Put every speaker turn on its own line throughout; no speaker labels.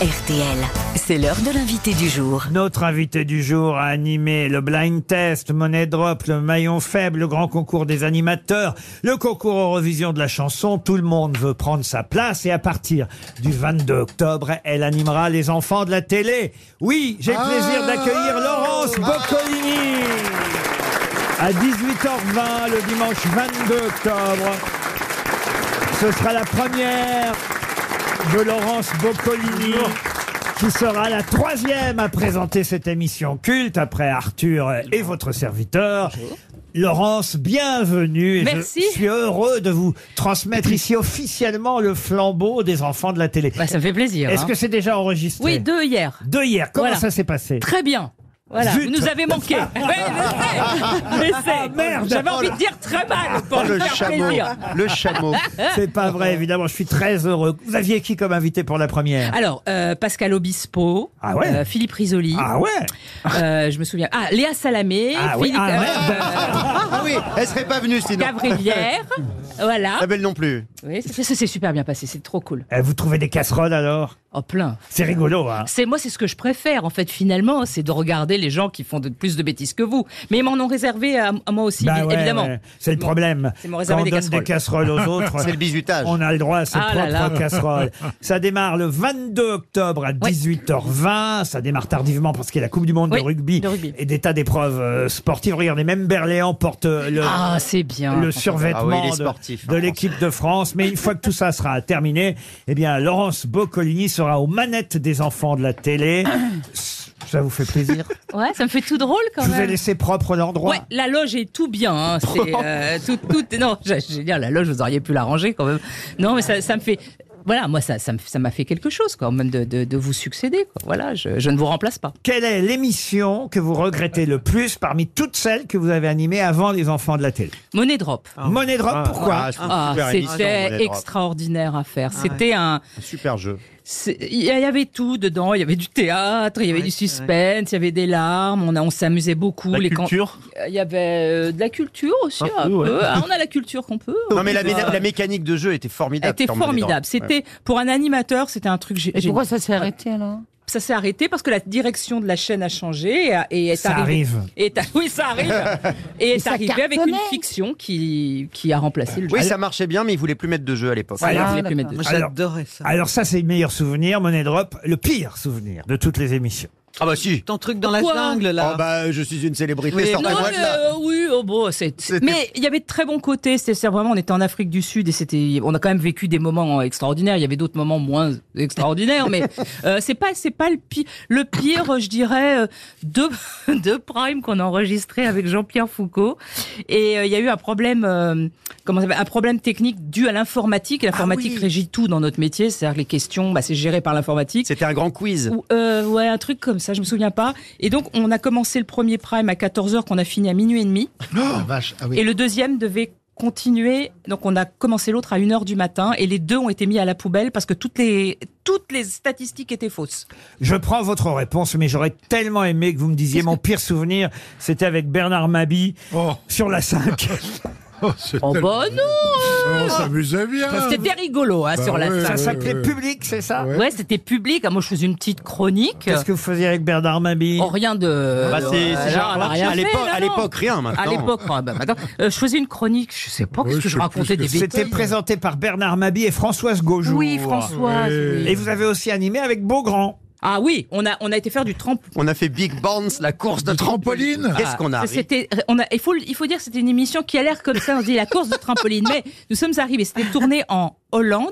RTL. C'est l'heure de l'invité du jour.
Notre invité du jour a animé le blind test, Money Drop, le maillon faible, le grand concours des animateurs, le concours Eurovision de la chanson. Tout le monde veut prendre sa place et à partir du 22 octobre, elle animera les enfants de la télé. Oui, j'ai le plaisir d'accueillir Laurence Boccolini à 18h20 le dimanche 22 octobre. Ce sera la première de Laurence Boccolini, qui sera la troisième à présenter cette émission culte après Arthur et votre serviteur. Laurence, bienvenue. Et
Merci.
Je suis heureux de vous transmettre ici officiellement le flambeau des enfants de la télé.
Bah, ça me fait plaisir.
Est-ce
hein.
que c'est déjà enregistré
Oui, deux hier.
De hier, comment
Voilà.
ça s'est passé
Très bien. Voilà.
Zut.
Vous nous avez manqué. Ah, Oui, je sais. Je sais.
merde.
J'avais envie de dire très mal pour vous
Oh, le
faire
chameau,
plaisir.
le chameau.
C'est pas
Ah.
vrai, évidemment, je suis très heureux. Vous aviez qui comme invité pour la première
Alors, euh, Pascal Obispo,
Ah ouais.
euh, Philippe Risoli,
Ah ouais
euh, je me souviens. Ah, Léa Salamé,
Ah oui,
Philippe
ah
euh,
merde.
Ah oui, elle serait pas venue sinon.
Gavrivière. voilà.
La belle non plus.
Oui, ça, ça s'est super bien passé, c'est trop cool.
Eh, Vous trouvez des casseroles alors
Oh, plein.
C'est rigolo, hein
C'est moi, c'est ce que je préfère en fait finalement, c'est de regarder les gens qui font de, plus de bêtises que vous. Mais ils m'en ont réservé à, à moi aussi,
Bah
bien-
ouais,
évidemment.
ouais. C'est le problème.
c'est mon
Quand
réservé
on
des
donne des casseroles aux autres,
C'est le bizutage.
on a le droit à ses
Ah là
propres
là.
casseroles. Ça démarre le 22 octobre à
Oui.
18h20. Ça démarre tardivement parce qu'il y a la Coupe du Monde
Oui,
de, rugby
de rugby.
et des tas d'épreuves euh, sportives. Regardez, même Berléand porte euh, le,
Ah, c'est bien.
le
François.
survêtement
Ah oui, il est
de-
sportif,
de,
hein,
l'équipe de France. Mais une fois que tout ça sera terminé, eh bien, Laurence Boccolini sera aux manettes des enfants de la télé. ça vous fait plaisir
Ouais, ça me fait tout drôle quand
Je vous ai
même.
laissé propre l'endroit.
Ouais, la loge est tout bien. Hein. C'est euh, tout, tout. Non, je je veux dire, la loge, vous auriez pu la ranger quand même. Non, mais ça, ça me fait. Voilà, moi, ça, ça me- ça m'a fait quelque chose quand même de, de, de vous succéder. Quoi. Voilà, je, je ne vous remplace pas.
Quelle est l'émission que vous regrettez le plus parmi toutes celles que vous avez animées avant les enfants de la télé
Monnaie drop.
Money Drop, pourquoi
Ah, c'est une
Ah,
super émission, Money
c'était
Drop.
extraordinaire à faire. C'était un.
Un Super jeu.
c'est- Il y avait tout dedans. Il y avait du théâtre, il y avait du suspense, il y avait des larmes. On, a- on s'amusait beaucoup.
La
les can-
culture
Il y avait euh, de la culture aussi.
Un
un
peu,
peu.
ouais.
Ah, on a la culture qu'on peut. Euh,
Non mais la,
Ouais.
la mécanique de jeu euh, était
Elle
formidable.
était
dans Money Drop.
formidable.
Ouais.
C'était pour un animateur, c'était un truc. gé- génial.
Pourquoi ça s'est arrêté alors
ça s'est arrêté parce que la direction de la chaîne a changé et, et est
Ça
arrivée-
arrive.
est a- oui, ça arrive. et est
ça
arrivé avec une
cartonnait.
fiction qui qui a remplacé le jeu.
Oui, ça marchait bien, mais ils voulaient plus mettre de jeu à l'époque.
Voilà,
Ah,
je voulais plus mettre de-
Alors,
J'adorais ça.
alors ça, c'est le meilleur souvenir, Money Drop, le pire souvenir de toutes les émissions.
Ah bah si.
Ton truc dans la
Quoi
jungle, là.
Oh bah je suis une célébrité.
Oui.
Non,
sortez-moi
mais,
de là.
euh, oui, oh, bon, c'est-
C'était-
mais il y avait de très bons côtés. C'est c'est vraiment, on était en Afrique du Sud et c'était, on a quand même vécu des moments extraordinaires. Il y avait d'autres moments moins extraordinaires, mais euh, c'est pas, c'est pas le pire. Le pire, je dirais, euh, deux, deux primes qu'on a enregistrés avec Jean-Pierre Foucault. Et euh, il y a eu un problème, euh, comment ça s'appelle, un problème technique dû à l'informatique. L'informatique régit tout dans notre métier, c'est-à-dire que les questions, bah, c'est géré par l'informatique.
C'était un grand quiz.
Ou, euh, ouais, un truc comme ça, je me souviens pas. Et donc, on a commencé le premier prime à 14h, qu'on a fini à minuit et demi. Et le deuxième devait continuer. Donc, on a commencé l'autre à 1h du matin. Et les deux ont été mis à la poubelle parce que toutes les, toutes les statistiques étaient fausses.
Je prends votre réponse, mais j'aurais tellement aimé que vous me disiez mon pire souvenir, c'était avec Bernard Mabi sur la 5.
Oh, bah non
On s'amusait bien.
C'était rigolo, hein, sur la
ouais,
salle.
ça
ouais,
s'appelait
ouais.
Public, c'est ça
Ouais.
Ouais, c'était public. Ah, Moi, je faisais une petite chronique.
Qu'est-ce que vous faisiez avec Bernard Mabi
Oh, rien de.
Bah, c'est- c'est
Euh, non,
genre,
on a rien
à
fait,
l'époque-
non,
à
non.
l'époque, rien, maintenant.
À l'époque, ouais, bah, maintenant, euh, je faisais une chronique, je sais pas,
Ouais,
qu'est-ce que
je
je
sais
racontais
plus
des
ce que
C'était
bêtises.
présenté par Bernard Mabi et Françoise Gaujour.
Oui, Françoise.
Ouais.
Et vous avez aussi animé avec Beaugrand.
Ah oui, on a, on a été faire du trampoline.
On a fait Big Bounce, la course de
Trampoline.
trampoline. Qu'est-ce qu'on a ri.
C'était, on a, il faut, le- il faut dire que c'était une émission qui a l'air comme ça. On se dit la course de trampoline, mais nous sommes arrivés. C'était tourné en Hollande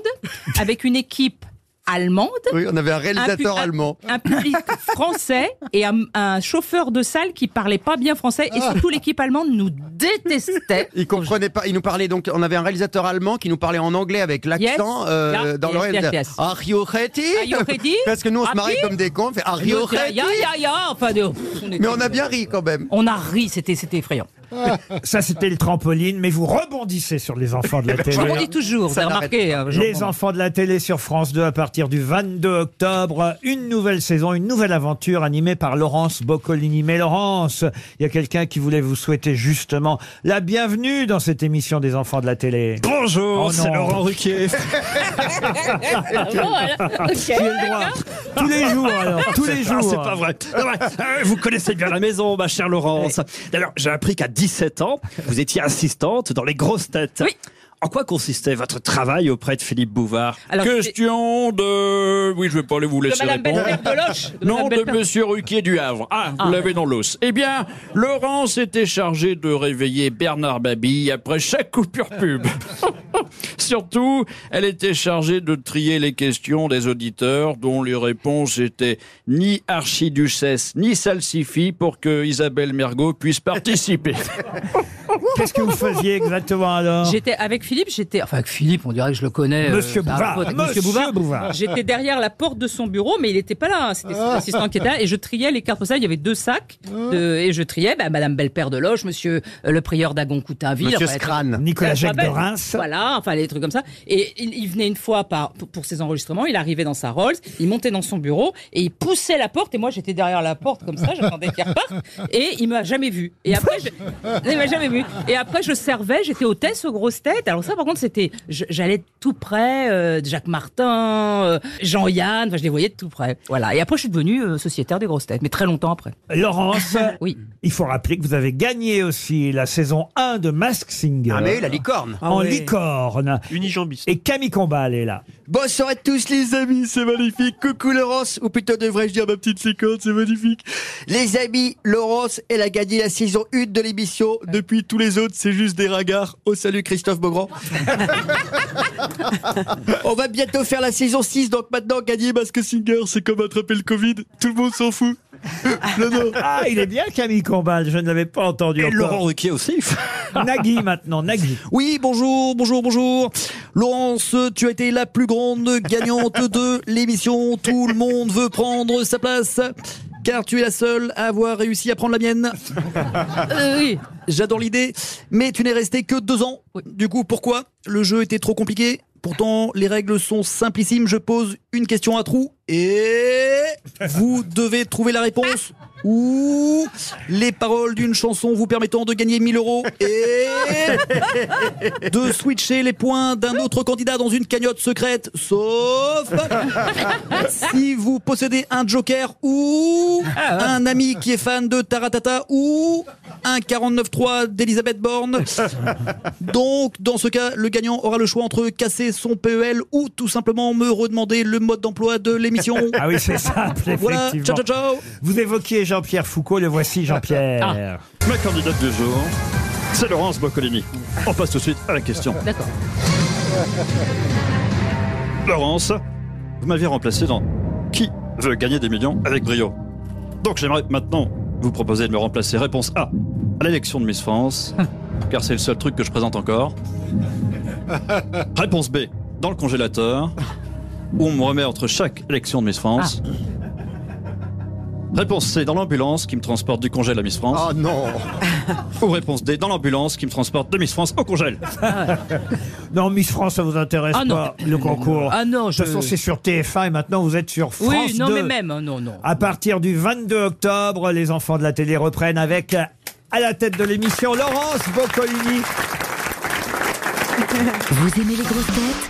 avec une équipe allemande,
Oui, on avait un
un pu-
réalisateur
un-
allemand.
un public français et un, un chauffeur de salle qui parlait pas bien français.
Ah.
Et surtout, l'équipe allemande nous détestait.
Il comprenait pas, il nous parlait donc, on avait un réalisateur allemand qui nous parlait en anglais avec l'accent
Yes.
euh,
Yeah.
dans
Yes,
le
yes, yes.
réalisateur. Are you ready?
Are you ready?
Parce que nous on se
Happy?
marrait comme des cons, on fait Are you
Ya,
ready?
ya, ya, enfin, de- pff, on était-
Mais on a bien ri quand même.
On a ri, c'était, c'était effrayant.
Ça, c'était le trampoline, mais vous rebondissez sur les enfants
Eh ben,
de la télé.
Je rebondis toujours, vous
Ça
avez
n'arrête
remarqué. hein, je
Les
rebondis.
enfants de la télé sur France 2 à partir du 22 octobre. Une nouvelle saison, une nouvelle aventure animée par Laurence Boccolini. Mais Laurence, il y a quelqu'un qui voulait vous souhaiter justement la bienvenue dans cette émission des enfants de la télé.
Bonjour,
Oh
c'est
non.
Laurent Ruquier.
Ah,
Qui est le droit Tous les jours, alors. Tous les
Ah,
jours.
c'est pas vrai. Non, ouais, euh, Vous connaissez bien la maison, ma chère Laurence. D'ailleurs, j'ai appris qu'à 17 ans, vous étiez assistante dans les grosses têtes.
Oui.
En quoi consistait votre travail auprès de Philippe Bouvard
Alors,
Question de. Oui, je vais pas vous
de
laisser
Madame
répondre.
Belfer de Loche. de
Non,
Madame
de
Belfer.
Monsieur Ruquier du Havre. Ah, vous l'avez dans l'os. Eh bien, Laurence était chargée de réveiller Bernard Babille après chaque coupure pub. Surtout, elle était chargée de trier les questions des auditeurs dont les réponses étaient ni archiduchesse ni salsifie pour que Isabelle Mergot puisse participer.
Qu'est-ce que vous faisiez exactement alors
J'étais avec Philippe, j'étais. Enfin, avec Philippe, on dirait que je le connais. euh,
Monsieur
c'est un
Bouvard.
pote avec
Monsieur
Monsieur Bouvard.
Bouvard.
J'étais derrière la porte de son bureau, mais il n'était pas là. hein. C'était son
Ah.
assistant qui était là. Et je triais les cartes postales. Il y avait deux sacs. de- et je triais bah, Madame Belpère de Loche, Monsieur euh, le prieur d'Agon-Coutainville.
Monsieur
enfin,
Scrane.
Nicolas
Ça, je
Jacques de
rappelle.
Reims.
Voilà, enfin les trucs comme ça. Et il, il venait une fois par, pour, pour ses enregistrements, il arrivait dans sa Rolls, il montait dans son bureau et il poussait la porte. Et moi j'étais derrière la porte comme ça, j'attendais qu'il reparte. Et il m'a jamais vu. Et après, je, il m'a jamais vu. Et après, je servais, j'étais hôtesse aux grosses têtes. Alors ça, par contre, c'était. je- J'allais de tout près, euh, de Jacques Martin, euh, Jean-Yann, enfin je les voyais de tout près. Voilà. Et après, je suis devenue euh, sociétaire des grosses têtes, mais très longtemps après.
Laurence,
Oui.
il faut rappeler que vous avez gagné aussi la saison 1 de Mask Singer.
Ah mais la licorne.
en licorne.
Unijambiste.
Et Camille Combal est là.
Bonsoir à tous les amis, c'est magnifique. Coucou Laurence, ou plutôt devrais-je dire ma petite licorne, c'est magnifique. Les amis, Laurence, elle a gagné la saison 1 de l'émission. Depuis tous les autres, c'est juste des ragards. Au salut Christophe Beaugrand. On va bientôt faire la saison 6, donc maintenant gagner Masque Singer, c'est comme attraper le Covid. Tout le monde s'en fout. Non, non.
Ah, il est bien Camille Combal, je ne l'avais pas entendu
Et Laurent
encore.
Ruquier aussi.
Nagui maintenant, Nagui.
Oui, bonjour, bonjour, bonjour. Laurence, tu as été la plus grande gagnante de l'émission. Tout le monde veut prendre sa place. Car tu es la seule à avoir réussi à prendre la mienne.
Euh, oui.
J'adore l'idée, mais tu n'es resté que deux ans. Du coup, pourquoi Le jeu était trop compliqué. Pourtant, les règles sont simplissimes. Je pose une question à trou et vous devez trouver la réponse ou les paroles d'une chanson vous permettant de gagner 1000 euros et de switcher les points d'un autre candidat dans une cagnotte secrète, sauf si vous possédez un joker ou un ami qui est fan de Taratata ou un 49.3 d'Elisabeth Borne. Donc, dans ce cas, le gagnant aura le choix entre casser son PEL ou tout simplement me redemander le mode d'emploi de l'émission.
Ah oui, c'est simple, effectivement.
Voilà, ciao ciao ciao
Vous évoquiez Jean-Pierre Foucault, le voici Jean-Pierre.
Ah.
Ma candidate de jour, c'est Laurence Boccolini. On passe tout de suite à la question.
D'accord.
Laurence, vous m'aviez remplacé dans Qui veut gagner des millions avec brio Donc j'aimerais maintenant vous proposer de me remplacer. Réponse A, à l'élection de Miss France, car c'est le seul truc que je présente encore. Réponse B, dans le congélateur, où on me remet entre chaque élection de Miss France. Réponse C, dans l'ambulance qui me transporte du congèle à Miss France.
Oh non
Ou réponse D, dans l'ambulance qui me transporte de Miss France au congèle.
Non, Miss France, ça vous intéresse
Ah non.
pas, le concours.
Ah non,
De
je.
toute façon, c'est sur TF1 et maintenant vous êtes sur France
Oui, non,
2.
mais même, hein, non, non.
À partir du 22 octobre, les enfants de la télé reprennent avec euh, à la tête de l'émission Laurence Boccolini.
Vous aimez les grosses têtes